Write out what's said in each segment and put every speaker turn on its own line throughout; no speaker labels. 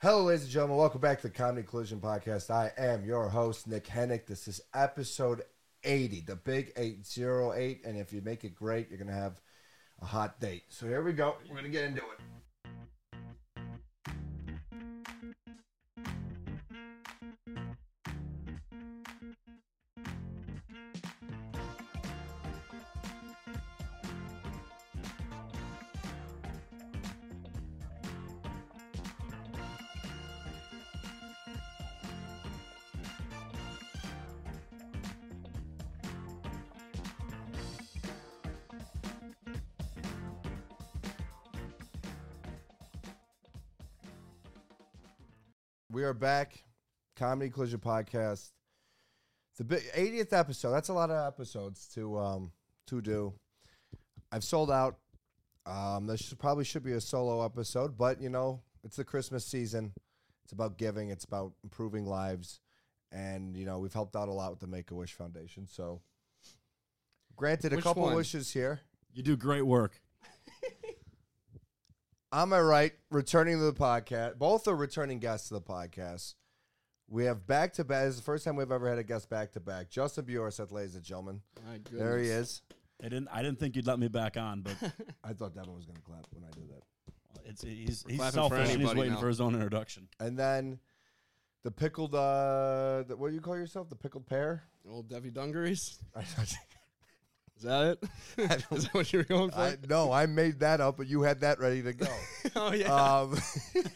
Hello, ladies and gentlemen. Welcome back to the Comedy Collision Podcast. I am your host, Nick Hennick. This is episode 80, the big 808. And if you make it great, you're going to have a hot date. So here we go. We're going to get into it. We are back. Comedy Collision Podcast. The big 80th episode. That's a lot of episodes to um to do. I've sold out. Um there should, probably should be a solo episode, but you know, it's the Christmas season. It's about giving, it's about improving lives. And you know, we've helped out a lot with the Make a Wish Foundation. So granted a
Which
couple
one?
wishes here.
You do great work.
On my right, returning to the podcast, both are returning guests to the podcast. We have back to back. This is the first time we've ever had a guest back to back. Justin Bjorn, ladies and gentlemen.
My
There he
goodness.
is.
I didn't. I didn't think you'd let me back on, but
I thought Devin was going to clap when I did that.
it's, he's
clapping for
he's selfish and he's
anybody
waiting
now.
for his own introduction.
And then the pickled, uh, the, what do you call yourself? The pickled pear?
Old Debbie Dungarees.
I,
Is that it? Is that what you were going for?
I, no, I made that up, but you had that ready to go.
oh yeah.
Um,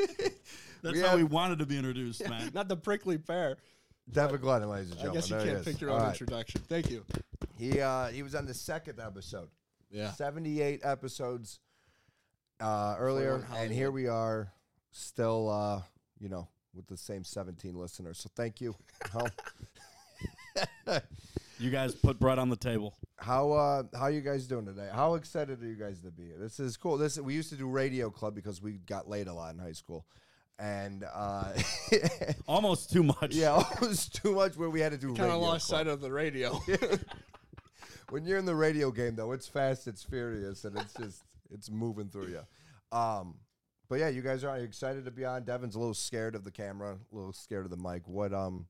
That's
We
how we
have-
wanted to be introduced, man.
Not the prickly pear.
Devin Glenn, ladies and
I
uh, gentlemen.
guess you
There he
can't
is.
pick your
All
own
right.
introduction. Thank you.
He, uh, he was on the second episode.
Yeah.
78 episodes uh, earlier, and
Hollywood.
here we are, still, uh, you know, with the same 17 listeners. So thank you. How
You guys put bread on the table.
how uh, how you guys doing today? How excited are you guys to be here? This is cool. This we used to do radio club because we got laid a lot in high school, and uh,
Almost too much.
yeah, it was too much where we had to do.
Kind
radio
of lost
club.
sight of the radio.
when you're in the radio game though it's fast it's furious and it's just it's moving through you um but yeah you guys are excited to be on devin's a little scared of the camera a little scared of the mic what um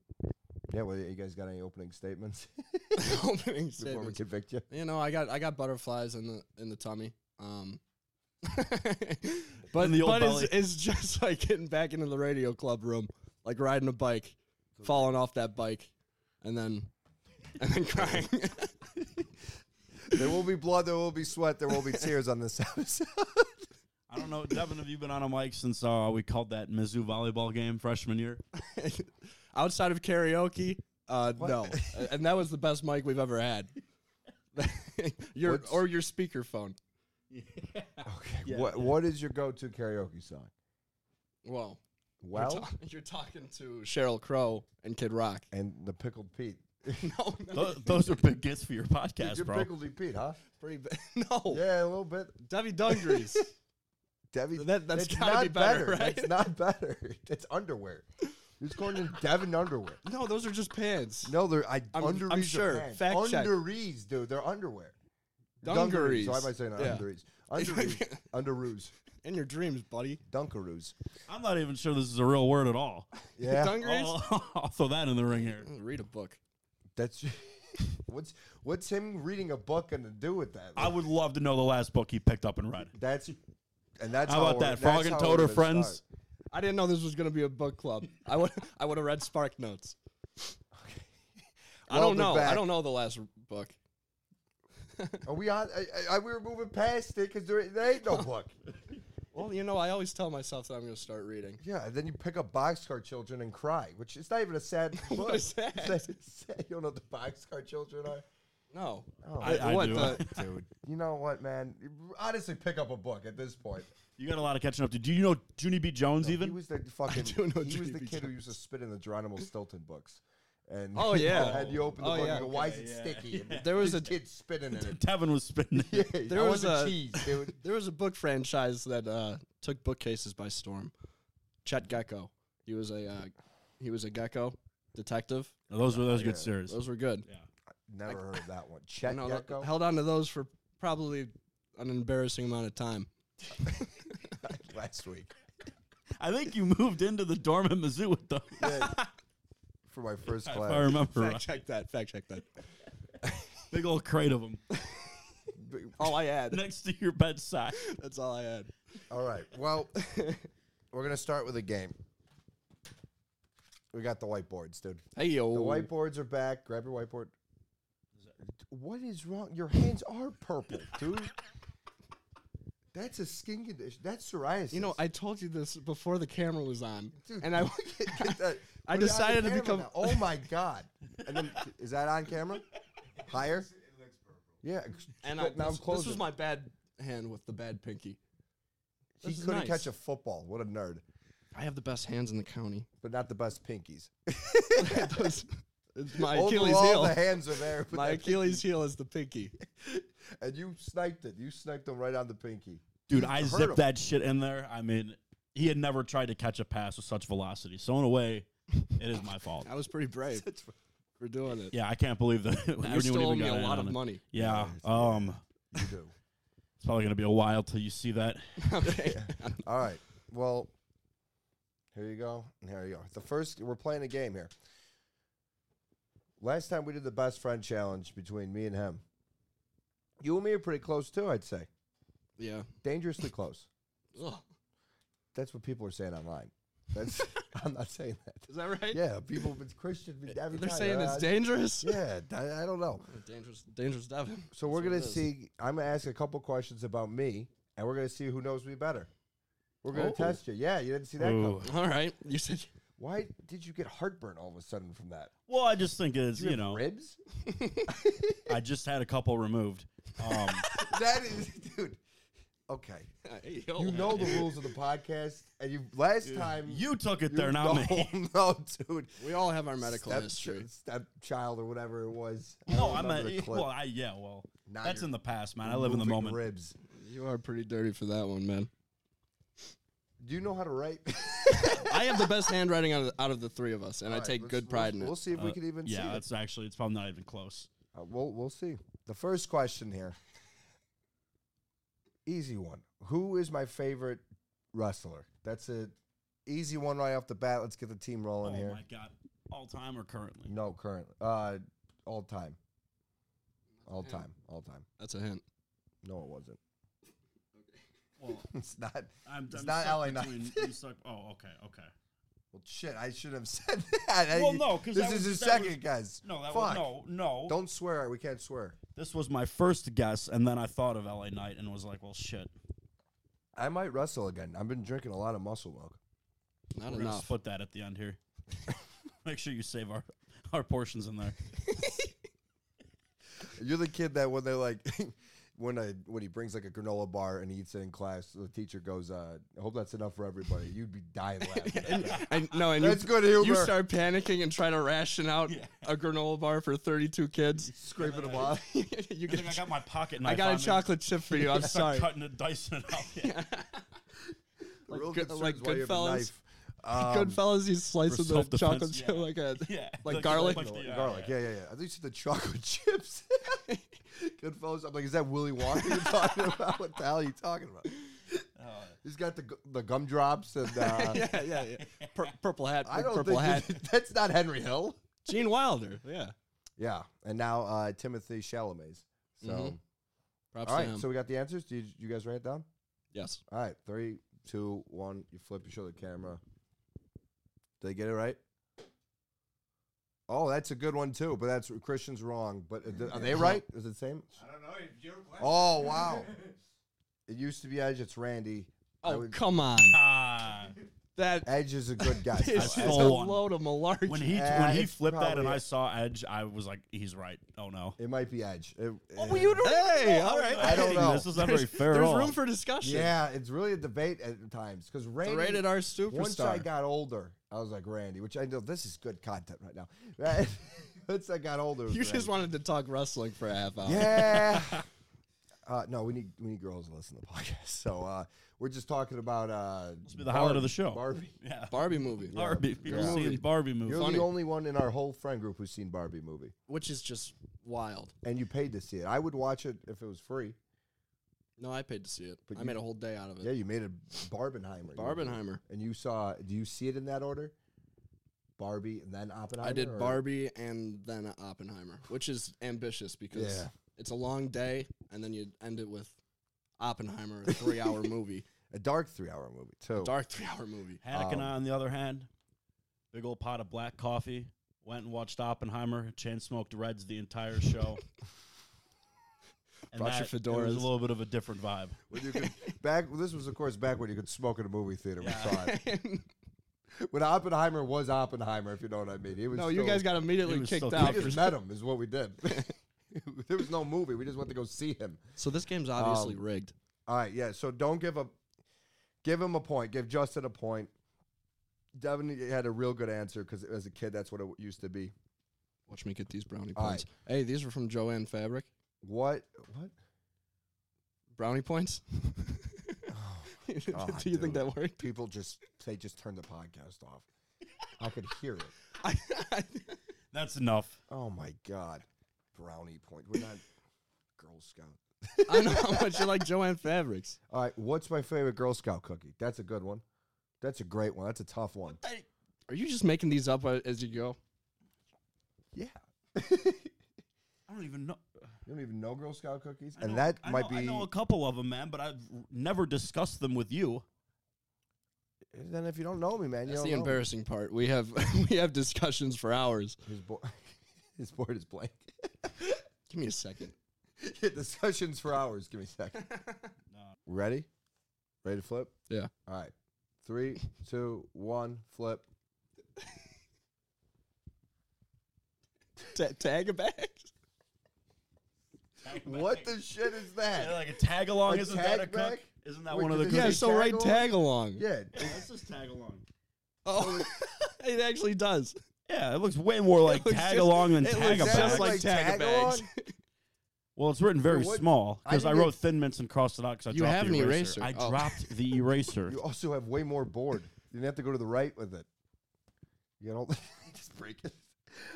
yeah well you guys got any opening statements
Opening
before we
statements.
convict you
You know, I got I got butterflies in the in the tummy. Um But
In the old
but it's,
belly.
it's just like getting back into the radio club room, like riding a bike, falling off that bike, and then and then crying.
there will be blood there will be sweat there will be tears on this episode
I don't know, Devin. Have you been on a mic since uh, we called that Mizzou volleyball game freshman year?
outside of karaoke uh no A- and that was the best mic we've ever had your
What's-
or your speakerphone
okay
Yeah,
what
yeah.
what is your go-to karaoke song
well you're,
well
ta- you're talking to cheryl crow and kid rock
and the pickled pete
no no
Tho- those are big gifts for your
Dude,
podcast,
you're
bro.
pickled pete huh
pretty ba- no
yeah a little bit
debbie dungarees
Devin,
That- that's
that's
gotta
not
be better, right?
That's not better. It's underwear. You're just calling them Devin underwear.
no those are just pants
No, they're I,
I'm-
dungarees.
I'm
are
sure.
pants.
Fact check.
Dungarees, dude. They're underwear.
dungarees
So why am I saying dungarees? Underoos. Underoos.
in your dreams buddy
Dunkaroos.
I'm not even sure this is a real word at all.
Yeah.
dungarees
I'll, I'll throw that in the ring here.
read a book
that's what's what's him reading a book gonna do with that?
I would love to know the last book he picked up and read.
that's and that's
How
we're-
about
that's
that? Frog and
how
Toad
we're
are
gonna
friends.
start.
i didn't know this was going to be a book club i would i would have read spark notes i
Well,
don't
they're
know i
back.
don't know the last book
Are we on? I, I, I, we were moving past it because there, there ain't no book.
Well, you know, I always tell myself that I'm going to start reading.
Yeah, and then you pick up Boxcar Children and cry, which it's not even a sad
What
book.
is that?
It's not sad. You don't know what the Boxcar Children are?
No.
Oh,
I- I do.
dude. You know what, man? Honestly, pick up a book at this point.
You got a lot of catching up to. Do you know Junie B. Jones
He
even?
was the fucking.
do know
he was
Jimmy
the
B.
kid who used to spit in the Geronimo Stilton books. And
Oh, yeah.
and you open the
Oh,
book
yeah.
and you go, why is
Okay,
it
yeah,
sticky? And
There was
this
a-
kid spitting in it.
Devin was spinning. it.
Yeah,
There
I
was
wanted
a-
cheese, dude.
There was a book franchise that uh, took bookcases by storm. Chet Gecko. He was a uh, he was a gecko detective.
Now, those were those good series.
Those were good.
Never heard of that one. Chet
No, that-
Gecko.
held on to those for probably an embarrassing amount of time.
last week.
I think you moved into the dorm at Mizzou with them.
for my first
if I
class.
remember
Fact
right.
check that. Fact check that.
Big old crate of them
B-
All I had.
next to your bedside.
That's all I had.
All right. Well, we're gonna start with a game. We got the whiteboards, dude.
Hey yo.
The whiteboards are back. Grab your whiteboard. What is wrong? Your hands are purple, dude. That's a skin condition. That's psoriasis.
You know, I told you this before the camera was on,
Dude.
and I
Get- get that-
I
put it on the
decided to
camera
become-
now. Oh my god! And then is that on camera? Higher? Yeah. ex-
and
now
I,
I'm
this, this was
closing.
my bad hand with the bad pinky.
He
this is
couldn't
nice.
catch a football. What a nerd!
I have the best hands in the county.
But not the best pinkies.
Those- it's my Achilles
Overall,
heel.
The hands are there. but
my
that
Achilles heel is the pinky.
pinky- And you sniped it. You sniped them right on the pinky.
Dude, I
Heard
zipped
him.
that shit in there. I mean, he had never tried to catch a pass with such velocity. So in a way, it is my fault.
I was pretty brave for doing it.
Yeah, I can't believe that. anyone
you stole
even
me a
got in
lot
on
of
it.
money.
Yeah.
it's-
Um,
You do.
it's probably gonna be a while till you see that.
okay.
All right. Well, here you go. And here you go. The first, we're playing a game here. Last time we did the best friend challenge between me and him. You and me are pretty close too, I'd say.
Yeah.
Dangerously close.
Ugh.
That's what people are saying online. That's I'm not saying that.
Is that right?
Yeah, people it's Christian. Every
They're
time,
saying it's
uh,
dangerous.
Yeah, I, I don't know.
Dangerous, dangerous Devin.
So we're gonna see. I'm gonna ask a couple questions about me, and we're gonna see who knows me better. We're gonna
Oh.
test you. Yeah, you didn't see that.
Ooh.
Coming.
All right. You said
Why did you get heartburn all of a sudden from that?
Well, I just think it's
Did
you
have
know,
ribs.
I just had a couple removed. Um,
that is, dude. Okay,
Hey, yo.
you know the rules of the podcast, and you last time
you took it
you-
there, not
no,
me.
No, dude.
We all have our medical
Step,
history.
stepchild or whatever it was. I
No,
don't
I'm
remember the
a,
clip.
well, I, yeah, well,
Now
that's
you're
in the past, man. I live in the
moving
moment.
Ribs.
You are pretty dirty for that one, man.
Do you know how to write?
I have the best handwriting out of, out of the three of us, and I
All right,
take
let's-
good pride
we'll,
in
We'll
it.
see if we
Uh,
can even see
yeah,
it.
it's actually it's probably not even close.
Uh, we'll we'll see. The first question here, easy one. Who is my favorite wrestler? That's a easy one right off the bat. Let's get the team
Oh
rolling here.
my god, all time or currently?
No, current, uh, all time, all
Yeah.
time, all time.
That's a hint.
No, it wasn't.
Well,
It's not.
I'm,
It's
I'm
not
stuck
LA Knight.
between- I'm stuck- oh, okay, okay.
Well, shit. I should have said that. I-
Well, no, 'cause
this
that
is
was-
his
that
second,
was-
guys.
No, that
Fuck.
was no, no.
Don't swear. We can't swear.
This was my first guess, and then I thought of LA Knight and was like, well, shit.
I might wrestle again. I've been drinking a lot of muscle milk.
Not
We're gonna
enough.
split that at the end here. Make sure you save our our portions in there.
You're the kid that when they're like, when I when he brings like a granola bar and he eats it in class, the teacher goes, uh, "I hope that's enough for everybody." You'd be dying laughing.
And, no, and
that's
you,
good humor.
you start panicking and try to ration out
Yeah.
a granola bar for 32 kids.
scraping them off.
you
I
get,
think I got my pocket knife.
I got
on
a
me.
chocolate chip for you. I'm
I start
sorry.
cutting it, dicing it up. Yeah.
The real
good-
concern
like
is why you have a
Goodfellas.
knife. Um,
Goodfellas, he's slicing the
self-defense,
chocolate chip
yeah.
like a
Yeah,
like
the-
garlic.
like
the
the, uh,
garlic. Yeah, yeah, yeah. I think you said the chocolate chips. Goodfellas. I'm like, is that Willy Wonka you're talking about? What the hell are you talking about?
Uh,
He's got the gu- the gumdrops and. Uh,
yeah, yeah, yeah. Pur- purple hat,
I
big
don't
purple
think
hat.
that's not Henry Hill.
Gene Wilder, yeah.
Yeah, and now uh, Timothy Chalamet's. So.
Mhm. Props
All
to
right,
him.
so we got the answers. Did you, you guys write it down?
yes.
All right, three, two, one. You flip, you show the camera. Did I get it right? Oh, that's a good one too, but that's Christian's wrong. But uh, th- are they right? Is it the same?
I don't know. It's your question.
Oh wow! It used to be Edge. It's Randy. I
Oh,
would-
come on.
ah,
That
Edge is a good guy.
is
I-
a
I-
saw one.
load of malarkey.
when he
Yeah,
when he
it's
flipped that and
probably
I
it.
saw Edge, I was like, he's right. Oh no.
it might be Edge. It-
Oh,
uh,
hey, all right.
I don't know.
This is not very fair.
There's
at all.
room for discussion.
Yeah, it's really a debate at times because
The
Randy.
rated R
Once I
superstar.
got older, I was like Randy, which I know this is good content right now. Right? Once I got older, it was
you just
Randy.
wanted to talk wrestling for a half hour.
yeah. Uh, no, we need we need girls to listen to the podcast. So uh, we're just talking about uh,
Must be the highlight of the show.
Barbie.
Yeah.
Barbie movie,
Barbie. People
Yeah.
seeing Barbie movies.
You're
Funny.
the only one in our whole friend group who's seen Barbie movie,
which is just wild.
and you paid to see it. I would watch it if it was free.
No, I paid to see it.
But
I
you-
made a whole day out of
Yeah,
it.
you made a Barbenheimer. You-
Barbenheimer.
And you saw, do you see it in that order? Barbie and then Oppenheimer?
I did
or-
Barbie and then Oppenheimer, which is ambitious because
Yeah.
it's a long day, and then you end it with Oppenheimer, a three-hour movie,
A dark three hour movie, too.
dark three-hour movie.
Haddock
Um,
and I, on the other hand, big old pot of black coffee. Went and watched Oppenheimer. Chan smoked Reds the entire show. and
Brought your
that- It was
fedoras.
a little bit of a different vibe.
When you could, back, this was, of course, back when you could smoke in a movie theater. We
Yeah.
saw it. When Oppenheimer was Oppenheimer, if you know what I mean. He was
no, you
still-
guys got
It
immediately
was
kicked
still
out.
We
for-
just met him, is what we did. there was no movie. We just went to go see him.
So this game's obviously
Um,
rigged.
All right, yeah. So don't give up. Give him a point. Give Justin a point. Devin had a real good answer because as a kid, that's what it w- used to be.
Watch me get these brownie
All
points. Hey, these are from Joanne Fabric.
What? What?
Brownie points.
God,
Do you
dude.
think that worked?
People just they just turned the podcast off. I could hear it.
I,
That's enough.
Oh my god, brownie point. We're not Girl Scout.
I know how much you like Joanne Fabrics.
All right, what's my favorite Girl Scout cookie? That's a good one. That's a great one. That's a tough one.
Are you just making these up a- as you go?
Yeah.
I don't even know.
You don't even know Girl Scout cookies,
I
and
know-
that
I
might
know- I
be.
know a couple of them, man, but I've r- never discussed them with you.
Then if you don't know me, man, you
That's
don't
the
know me.
embarrassing part. We have we have discussions for hours.
His board, his board is blank.
Give me a second.
Yeah, discussions for hours. Give me a second. Ready? Ready to flip?
Yeah.
All right. Three, two, one, flip.
Ta- tag it back.
What the shit is
Yeah,
that?
like a tag along?
A
Isn't that a
tag
cook?
back?
Isn't that
Wait,
one of the
does it
cookies?
Yeah,
say
so right
tag
tag along.
Yeah.
That's just tag along.
Oh, it actually does.
Yeah, it looks way more like
looks
tag
just-
along than
it
tag a
looks
Sounds
just
back.
like,
like
tag
tag-along?
bags.
well, it's written very
Wait, what-
small
I
because I,
didn't
wrote thin mints and crossed it out because I
You
dropped
have
the
an
eraser.
eraser.
I
Oh.
dropped the eraser.
You also have way more board. You didn't have to go to the right with it. You don't just break it.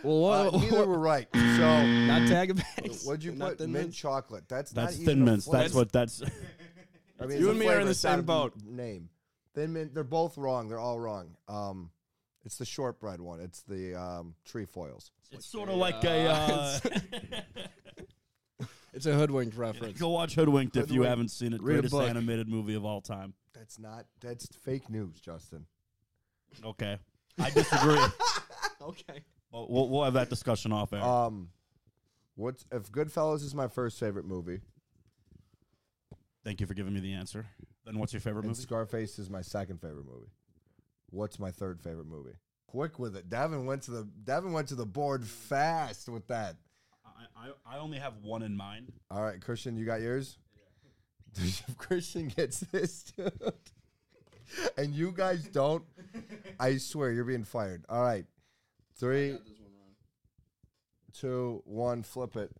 Well,
Uh,
what,
neither were right. So
not tag a bags.
what'd you
Not
put?
thin
Mint
mints?
chocolate. That's
That's
not
thin
even a
mints. That's
flavor.
what that's.
I mean, it's
You
a
and me are in
flavor,
the
it's not
same
a
boat.
Name. Thin mint. They're both wrong. They're all wrong. Um, it's the shortbread one. It's the um, trefoils.
it's sort of like a.
uh,
Uh,
It's a hoodwinked reference.
go watch Hoodwinked if you
Hoodwinked.
haven't seen it.
Read a
Greatest
book.
animated movie of all time.
That's not. That's fake news, Justin.
Okay, I disagree.
Okay.
but we'll, we'll have that discussion off air.
Um, what's if Goodfellas is my first favorite movie,
Thank you for giving me the answer. Then what's your favorite
and
movie?
Scarface is my second favorite movie? What's my third favorite movie? Quick with it. Davin went to the Davin went to the board fast with that.
I, I, I only have one in mind.
All right, Christian, you got yours? if Christian gets this, dude, and you guys don't, I swear you're being fired. All right. Three, two, one, flip it.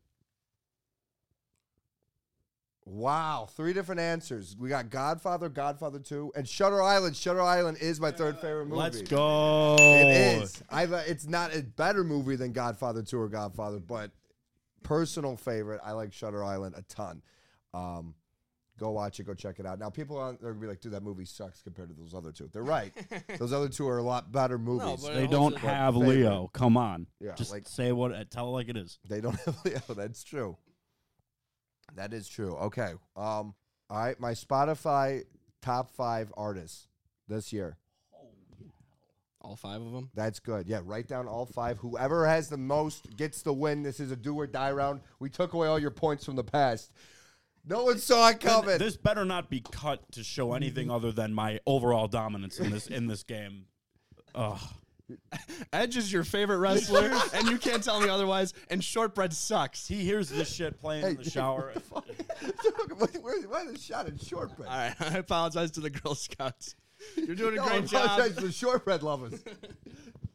Wow, three different answers. We got Godfather, Godfather 2, and Shutter Island. Shutter Island is my third favorite movie.
Let's go. Oh.
It is. I li- it's not a better movie than Godfather 2 or Godfather, but personal favorite. I like Shutter Island a ton. Um, go watch it. Go check it out. Now, people are they're gonna be like, "Dude, that movie sucks compared to those other two. They're right. those other two are a lot better movies.
but-
They don't have
favorite.
Leo. Come on.
Yeah,
Just
like-
say what. uh, Tell it like it is.
they don't have Leo. That's true. That is true. Okay. Um. All right. My Spotify top five artists this year.
All five of them.
That's good. Yeah, write down all five. Whoever has the most gets the win. This is a do or die round. We took away all your points from the past. No one saw it coming.
This better not be cut to show anything other than my overall dominance in this in this game. Ugh.
Edge is your favorite wrestler, and you can't tell me otherwise. And shortbread sucks.
He hears this shit playing in the shower.
Where, why the shot at shortbread?
All right, I apologize to the Girl Scouts. You're doing a
No,
great
I
job.
apologize to the shortbread lovers.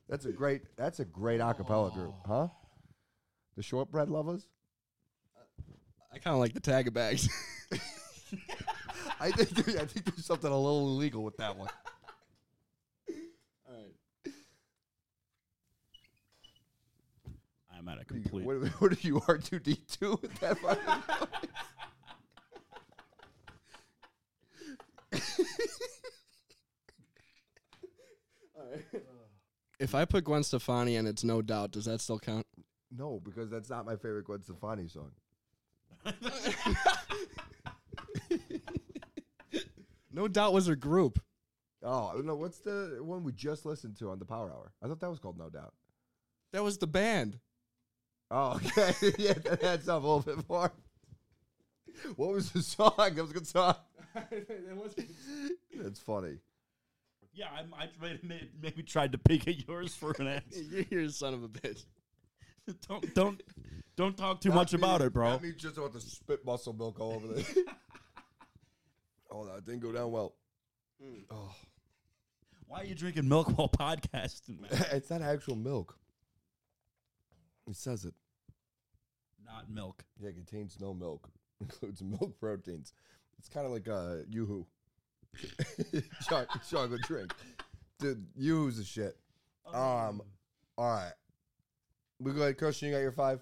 That's a great. That's a great acapella group, huh? The shortbread lovers.
I kind of like the tag of bags.
I think. I think there's something a little illegal with that one.
All right.
I'm at a
What,
complete.
what are you R two D two with that? fucking noise?
If I put Gwen Stefani and it's no doubt, does that still count?
No, because that's not my favorite Gwen Stefani song.
No doubt was her group.
Oh no, what's the one we just listened to on the Power Hour? I thought that was called No Doubt.
That was the band.
Oh, okay. yeah, that adds up a little bit more. What was the song? That was a good song. That's funny.
Yeah, I, I tried- may- maybe tried to peek at yours for an answer.
You're a son of a bitch.
don't don't don't talk too
Not
much
me-
about it, bro.
Not me just about to spit muscle milk all over this. oh, that didn't go down well. Oh,
Why are you drinking milk while podcasting, man?
it's not actual milk. It says it.
Not milk.
Yeah, it contains no milk. Includes milk proteins. It's kind of like a YooHoo Choc- chocolate drink. Dude, YooHoo's a shit. Um, all right. We go ahead, Christian. You got your five.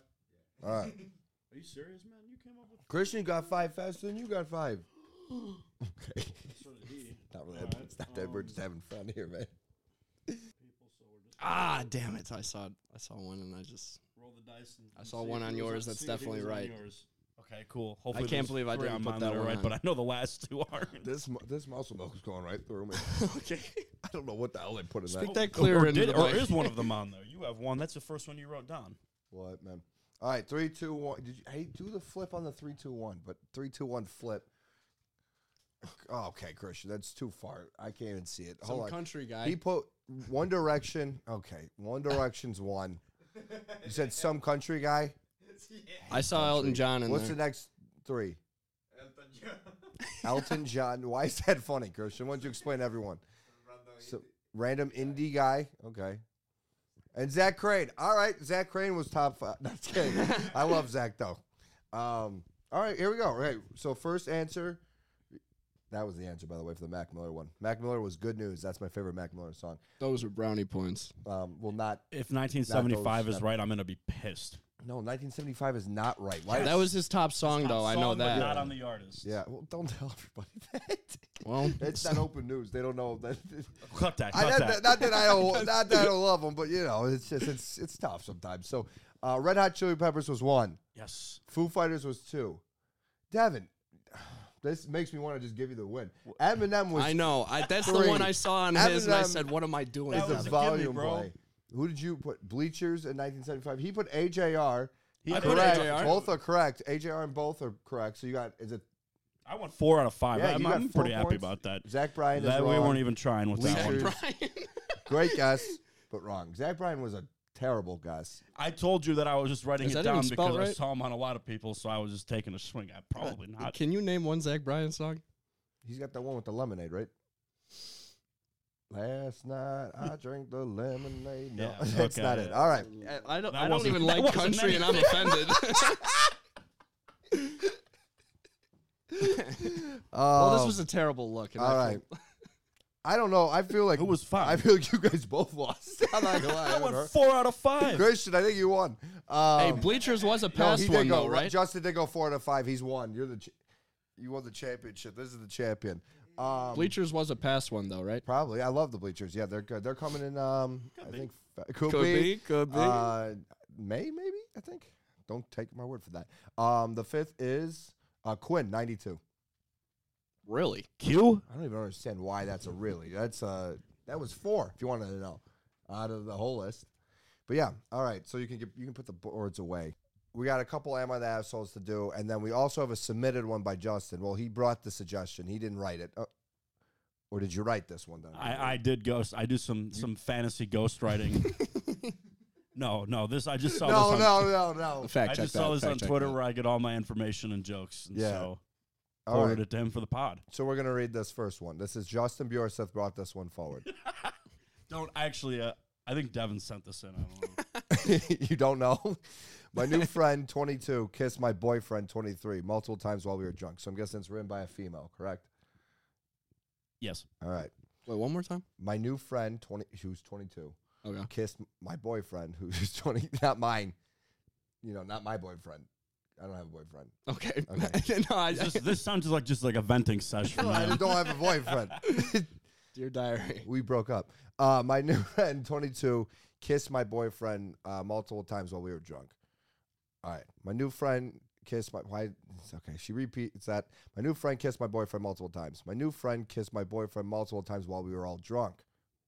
All right,
Are you serious, man? You came up with
Christian got five faster than you got five. okay,
sort of D.
not really.
All right,
It's not that we're just having fun here, man.
Ah, damn it! I saw I saw one and I just
Roll the dice. And
I
and
saw
see if
one
it
on
was
yours,
see
that's
if it was
definitely
on
right.
yours. Okay, cool. Hopefully,
can't
there's
believe I
three
didn't
on
put
mine
that
are
one
right,
on.
but I know the last two aren't.
This mu- this muscle milk is going right through me.
okay.
I don't know what the hell they put in that.
Speak that clear
or,
into
did-
the
or
mic.
is one of them on there? You have one. That's the first one you wrote down.
What man? All right, three, two, one. Did you? Hey, do the flip on the three, two, one. But three, two, one flip. Oh, okay, Christian, that's too far. I can't even see it.
Some
Hold on.
country guy.
He put One Direction. Okay, One Direction's one. You said some country guy.
I saw Elton John in
What's
there.
the next three? Elton John. Why is that funny, Christian? Why don't you explain to everyone? So, random indie guy. Okay. And Zach Crane. All right. Zach Crane was top five. No, just kidding. I love Zach, though. Um, all right. Here we go. All right. So, first answer. That was the answer, by the way, for the Mac Miller one. Mac Miller was good news. That's my favorite Mac Miller song.
Those were brownie points.
Um, well, not.
If 1975
that-
is right, I'm gonna be pissed.
No, 1975 is not right. Why?
That was his top song,
Top
though. I know
song, but
that.
Not on the artist.
Yeah. Well, don't tell everybody that.
Well,
It's not open news. They don't know that.
Cut that.
I,
Cut
not,
that.
that. not that I don't, not that I don't love them, but you know, it's just it's it's tough sometimes. So, uh, Red Hot Chili Peppers was one.
Yes.
Foo Fighters was two. Devin, this makes me want to just give you the win. Eminem was
I know. I, that's the
Three.
one I saw on his, and I
Eminem
said, "What am I doing?"
That
the
was a gimme,
volume
bro.
boy. Who did you put? Bleachers in 1975. He put AJR.
He
I put
Correct.
AJR.
Both are correct. AJR and both are correct. So you got is it
I won four out of five.
Yeah,
I'm,
you got
I'm
four
pretty happy
points.
about that.
Zach Bryan? is
That we
wrong.
weren't even trying with that
Bleachers.
one.
Brian.
Great guess, but wrong. Zach Bryan was a terrible guess.
I told you that I was just writing
Is
it
that even
down
spelled
because I
right?
saw him on a lot of people, so I was just taking a swing. I probably not.
Can you name one Zach Bryan song?
He's got that one with the lemonade, right? Last night I drank the lemonade. No,
Yeah,
that's
okay.
not it. All right.
I, don't.
That I don't wasn't- even that like wasn't country, and I'm
offended. well, this
Um,
was a terrible look. And
all
I
right.
feel-
I don't know. I feel like
Who was
I
five?
feel like you guys both lost. I'm not gonna lie.
I
I
won
don't know.
four out of five.
Christian, I think you won. Um,
hey, Bleachers was a
no,
past
he
one
did go.
though, right?
Justin did go four out of five. He's won. You're the, ch- you won the championship. This is the champion. Um,
Bleachers was a past one though, right?
Probably. I love the bleachers. Yeah, they're good. They're coming in. Um, I think fe- could,
Could
be,
be, could be.
Uh, May maybe. I think. Don't take my word for that. Um, the fifth is uh, Quinn ninety two.
Really?
Q?
I don't even understand why that's a really. That's uh that was four. If you wanted to know, out of the whole list. But yeah, all right. So you can get, you can put the boards away. We got a couple am I the assholes to do, and then we also have a submitted one by Justin. Well, he brought the suggestion. He didn't write it. Uh, or did you write this one? Then
I, I did ghost. I do some some fantasy ghost writing. no, no. This I just saw. this
no,
on,
no, no, no.
Fact
I
check
just
that.
saw this
fact
on
check
Twitter
that.
where I get all my information and jokes. And
Yeah.
So
All right.
forwarded it to him for the pod.
So we're gonna read this first one. This is Justin Bjorseth brought this one forward.
Don't actually. Uh, I think Devin sent this in. I don't know.
you don't know. My new friend, 22, kissed my boyfriend, 23, multiple times while we were drunk. So I'm guessing it's written by a female, correct?
yes.
All right.
Wait, one more time.
My new friend, 20, who's 22,
Okay.
kissed my boyfriend, who's 20, not mine. You know, not my boyfriend. I don't have a boyfriend.
Okay.
Okay.
no, I
It's just, this sounds just like just like a venting session.
I
man.
don't have a boyfriend.
Dear diary.
we broke up. Uh, my new friend, 22, kissed my boyfriend uh, multiple times while we were drunk. All right, my new friend kissed my why? It's okay, she repeats that. My new friend kissed my boyfriend multiple times. My new friend kissed my boyfriend multiple times while we were all drunk.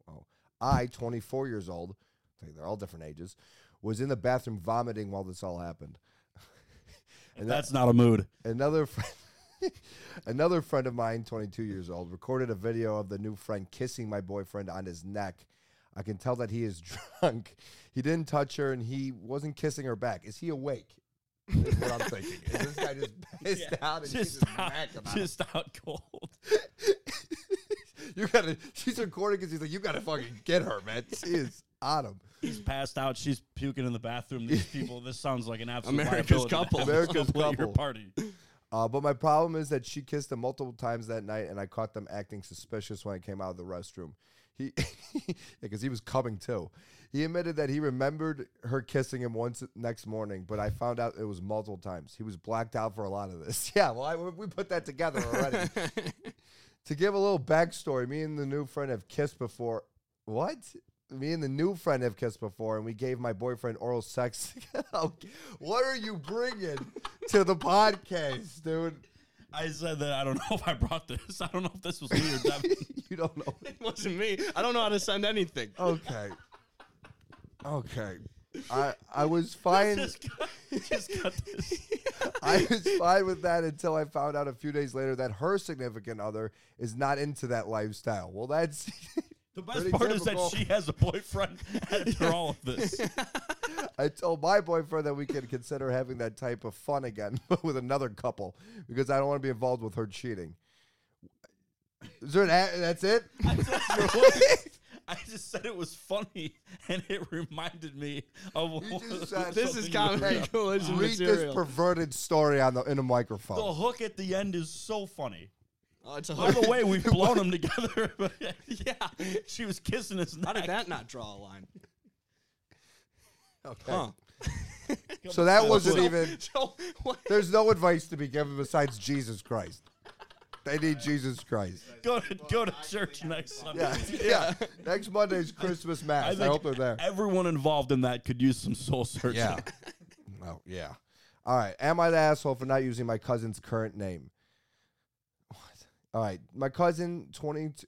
Well, I, 24 years old, I think they're all different ages, was in the bathroom vomiting while this all happened. And that-
That's not a mood.
Another friend, another friend of mine, 22 years old, recorded a video of the new friend kissing my boyfriend on his neck. I can tell that he is drunk. He didn't touch her, and he wasn't kissing her back. Is he awake? Is what I'm thinking. Is this guy just pissed out and she's
Just
just
out,
mad about
just out cold.
it? You gotta. She's recording because he's like, you gotta fucking get her, man. She is on him.
He's passed out. She's puking in the bathroom. These people. This sounds like an absolute
America's
liability to
couple.
have
America's
people at your
couple.
party.
Uh, but my problem is that she kissed him multiple times that night, and I caught them acting suspicious when I came out of the restroom. He, because he was coming too. He admitted that he remembered her kissing him once next morning, but I found out it was multiple times. He was blacked out for a lot of this. Yeah, well, I, we put that together already. to give a little backstory, me and the new friend have kissed before. What? Me and the new friend have kissed before, and we gave my boyfriend oral sex. Okay. what are you bringing to the podcast, dude?
I said that I don't know if I brought this. I don't know if this was me or Devin.
you don't know.
it wasn't me. I don't know how to send anything.
Okay. Okay. I I was fine.
just, got, just got this.
I was fine with that until I found out a few days later that her significant other is not into that lifestyle. Well, that's
The
Pretty
best part is that
typical.
she has a boyfriend after all of this.
I told my boyfriend that we could consider having that type of fun again, but with another couple, because I don't want to be involved with her cheating. Is there an a- that's it?
I just said it was funny, and it reminded me of.
You just said-
This is
something
comedy
you-
collision
Read this
material.
perverted story on the in a microphone.
The hook at the end is so funny.
oh, it's a
By the
hard-
way, we've blown them together. But yeah, she was kissing his
How did
neck.
that not draw a line?
Okay.
Huh?
So that wasn't
So-
even.
So, what?
There's no advice to be given besides Jesus Christ. They need Jesus Christ.
Go to go to church next Sunday.
Yeah, yeah. Next Monday's Christmas
I
mass. I,
think
hope they're there.
everyone involved in that could use some soul searching.
Yeah. oh yeah. All right. Am I the asshole for not using my cousin's current name? What? All right. My cousin twenty two.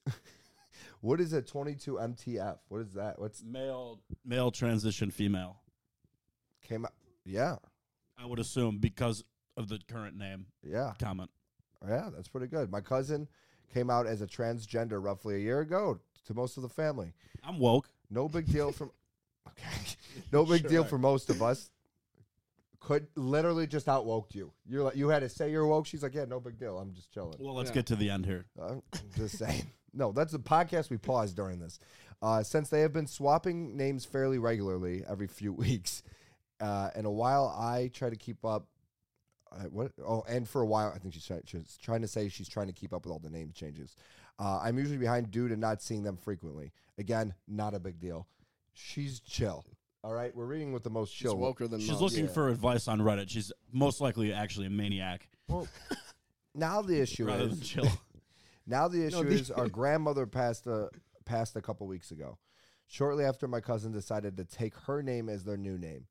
what is a twenty two MTF? What is that? What's
Male male transition female.
came out? Yeah.
I would assume because of the current name
Yeah.
comment.
Yeah. That's pretty good. My cousin came out as a transgender roughly a year ago to most of the family.
I'm woke.
No big deal from. Okay. No big deal
Sure.
for most of us. Could literally just outwoke you. You're like you had to say you're woke. She's like, yeah, no big deal. I'm just chilling.
Well, let's
Yeah.
get to the end here.
I'm just saying. No, that's the podcast we paused during this. Uh, since they have been swapping names fairly regularly every few weeks, uh, and a while I try to keep up. Uh, what? Oh, and for a while, I think she's, try- she's trying to say she's trying to keep up with all the name changes. Uh, I'm usually behind due to not seeing them frequently. Again, not a big deal. She's chill. All right, we're reading with the most
She's
chill.
woker than
She's
most.
looking
yeah.
for advice on Reddit. She's most likely actually a maniac
Well, now the issue
rather
is
than chill.
Now the issue
the-
is our grandmother passed a passed a couple weeks ago. Shortly after my cousin decided to take her name as their new name.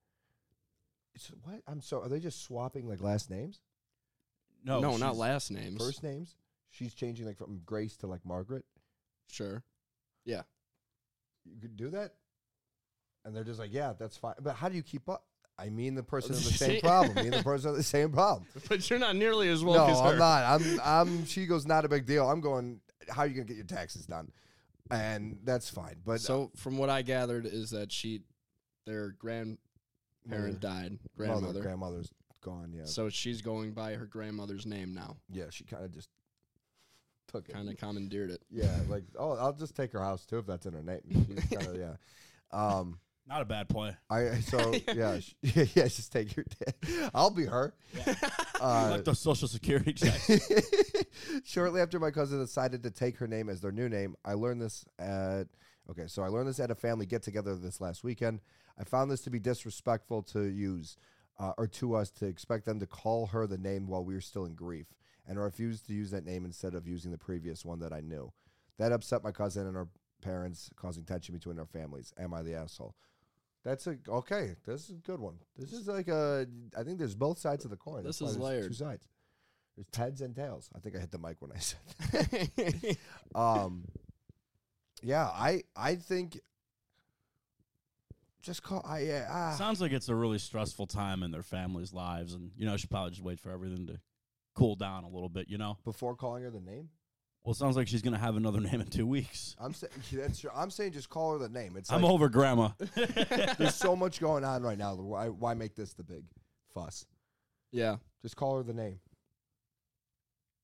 It's, what? I'm so are they just swapping like last names?
No,
no, not
she's-
last names.
First names? She's changing like from Grace to like Margaret.
Sure.
You could do that? And they're just like, Yeah, that's fine. But how do you keep up? I mean the person has the same
See?
problem. Me and the person have the same problem.
But you're not nearly as woke
no,
as her.
I'm not. I'm I'm she goes, not a big deal. I'm going, how are you gonna get your taxes done? And that's fine. But
So, from what I gathered, is that she, their grandparent died, grandmother.
Mother, grandmother's gone. Yeah,
So she's going by her grandmother's name now.
yeah. She kind of just took it.
Kind of commandeered it.
Yeah, like oh, I'll just take her house too if that's in her name. She's kinda, yeah. Um,
Not a bad play.
I so yeah, sh- yeah, yeah. Just take your dad. I'll be her. Uh,
like the social security check.
Shortly after my cousin decided to take her name as their new name, I learned this at okay, so I learned this at a family get together this last weekend. I found this to be disrespectful to use uh, or to us to expect them to call her the name while we were still in grief, and I refused to use that name instead of using the previous one that I knew. That upset my cousin and her parents, causing tension between their families. Am I the asshole? That's a okay. This is a good one. This is like a. I think there's both sides of the coin.
This
That's why
is
there's Two
layered.
sides. There's heads and tails. I think I hit the mic when I said. That. um, yeah, I I think. Just call. I yeah. Ah.
Sounds like it's a really stressful time in their families' lives, and you know, I should probably just wait for everything to cool down a little bit. You know,
before calling her the name.
well, it sounds like she's gonna have another name in two weeks.
I'm saying that's. your- I'm saying just call her the name. It's
I'm
like,
over grandma.
there's so much going on right now. Why, why make this the big fuss?
yeah,
Just call her the name.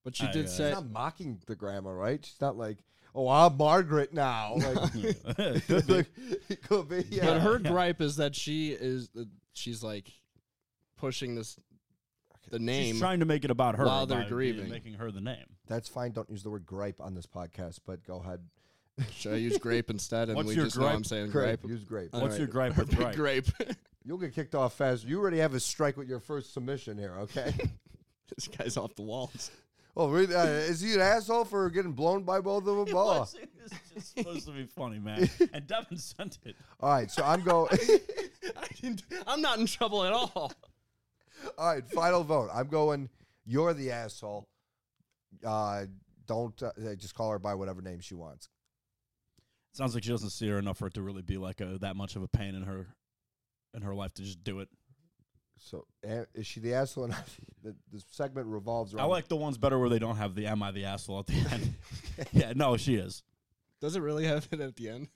but she
I,
did
uh,
She's
say
not mocking the grandma, right? She's not like, oh, I'm Margaret now. Like,
Could be.
like, it could be. Yeah.
But her
Yeah.
gripe is that she is uh, she's like pushing this the name.
She's trying to make it about her
While they're
by being-
grieving.
making her the name.
That's fine. Don't use the word gripe on this podcast, but go ahead.
Should I use grape instead? And
What's
we
your
just know
gripe?
I'm saying
Grape.
grape. Uh,
Use grape.
All
What's
right.
your gripe
Or
with
big
gripe?
grape.
You'll get kicked off fast. You already have a strike with your first submission here, okay?
this guy's off the walls.
oh, really? Uh, is he an asshole for getting blown by both of them?
It
Oh.
was- it was just supposed to be funny, man. And Devin sent it.
All right, so I'm going.
I didn't, I'm not in trouble at all.
All right, final vote. I'm going. You're the asshole. Uh, don't uh, uh, just call her by whatever name she wants.
Sounds like she doesn't see her enough for it to really be like a, that much of a pain in her in her life to just do it.
So uh, is she the asshole? And the, the segment revolves around.
I like the ones better where they don't have the "Am I the asshole?" at the end. yeah, no, she is.
Does it really have it at the end?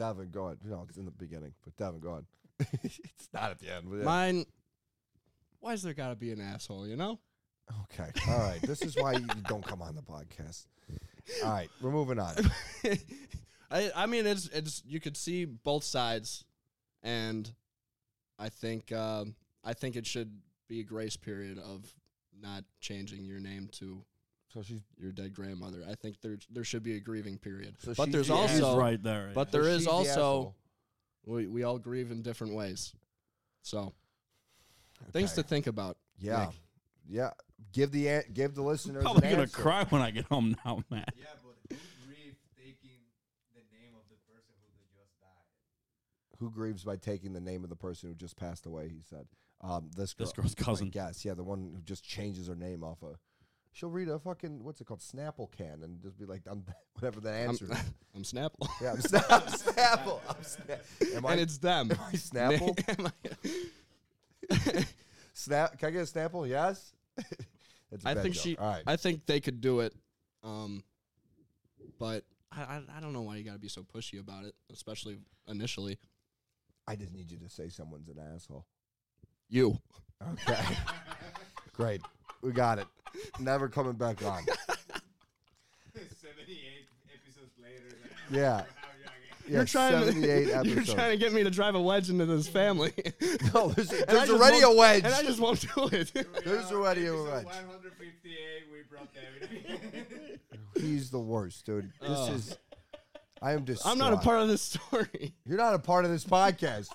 Davin. Go ahead. No, it's in the beginning, but Davin, go ahead. it's not at the end. But yeah.
Mine. Why's there gotta be an asshole? You know.
okay. All right. This is why you don't come on the podcast. All right, we're moving on.
I I mean it's it's you could see both sides, and I think um, I think it should be a grace period of not changing your name to
So she's.
your dead grandmother. I think there there should be a grieving period.
So
but
she's
there's
the
She's
also
right there.
but
so
there
she's
is
the
also
asshole.
we, we all grieve in different ways. So things
Okay.
to think about.
Yeah,
Nick.
yeah. Give the an- give the listeners.
probably
an
gonna
answer.
cry when I get home now, man.
Yeah, but who grieve taking the name of the person who they just died?
who grieves by taking the name of the person who just passed away. He said, um, "This girl,
This girl's cousin.
yes, yeah, the one who just changes her name off a. She'll read a fucking what's it called Snapple can and just be like, I'm whatever the
I'm,
answer. is.
I'm Snapple.
yeah, I'm, sna- I'm Snapple. I'm sna- am I
and it's them.
am I Snapple?
Am I-
Snap? Can I get a Snapple? Yes. That's a
I
bad
think
joke.
she.
All right.
I think they could do it, um, but I, I I don't know why you got to be so pushy about it, especially initially.
I just need you to say someone's an asshole.
You.
Okay. Great. We got it. Never coming back on.
78 episodes later. Like,
Yeah.
how young is
Yeah, 78
to,
episodes.
You're trying to get me to drive a wedge into this family.
no, there's,
And I
there's
just
already a
won't-
wedge.
and I just won't do it.
it? Here we
There's
are,
already a
episode
wedge.
158, we brought David.
He's the worst, dude. This
Oh.
is. I am just.
I'm not a part of this story.
You're not a part of this podcast.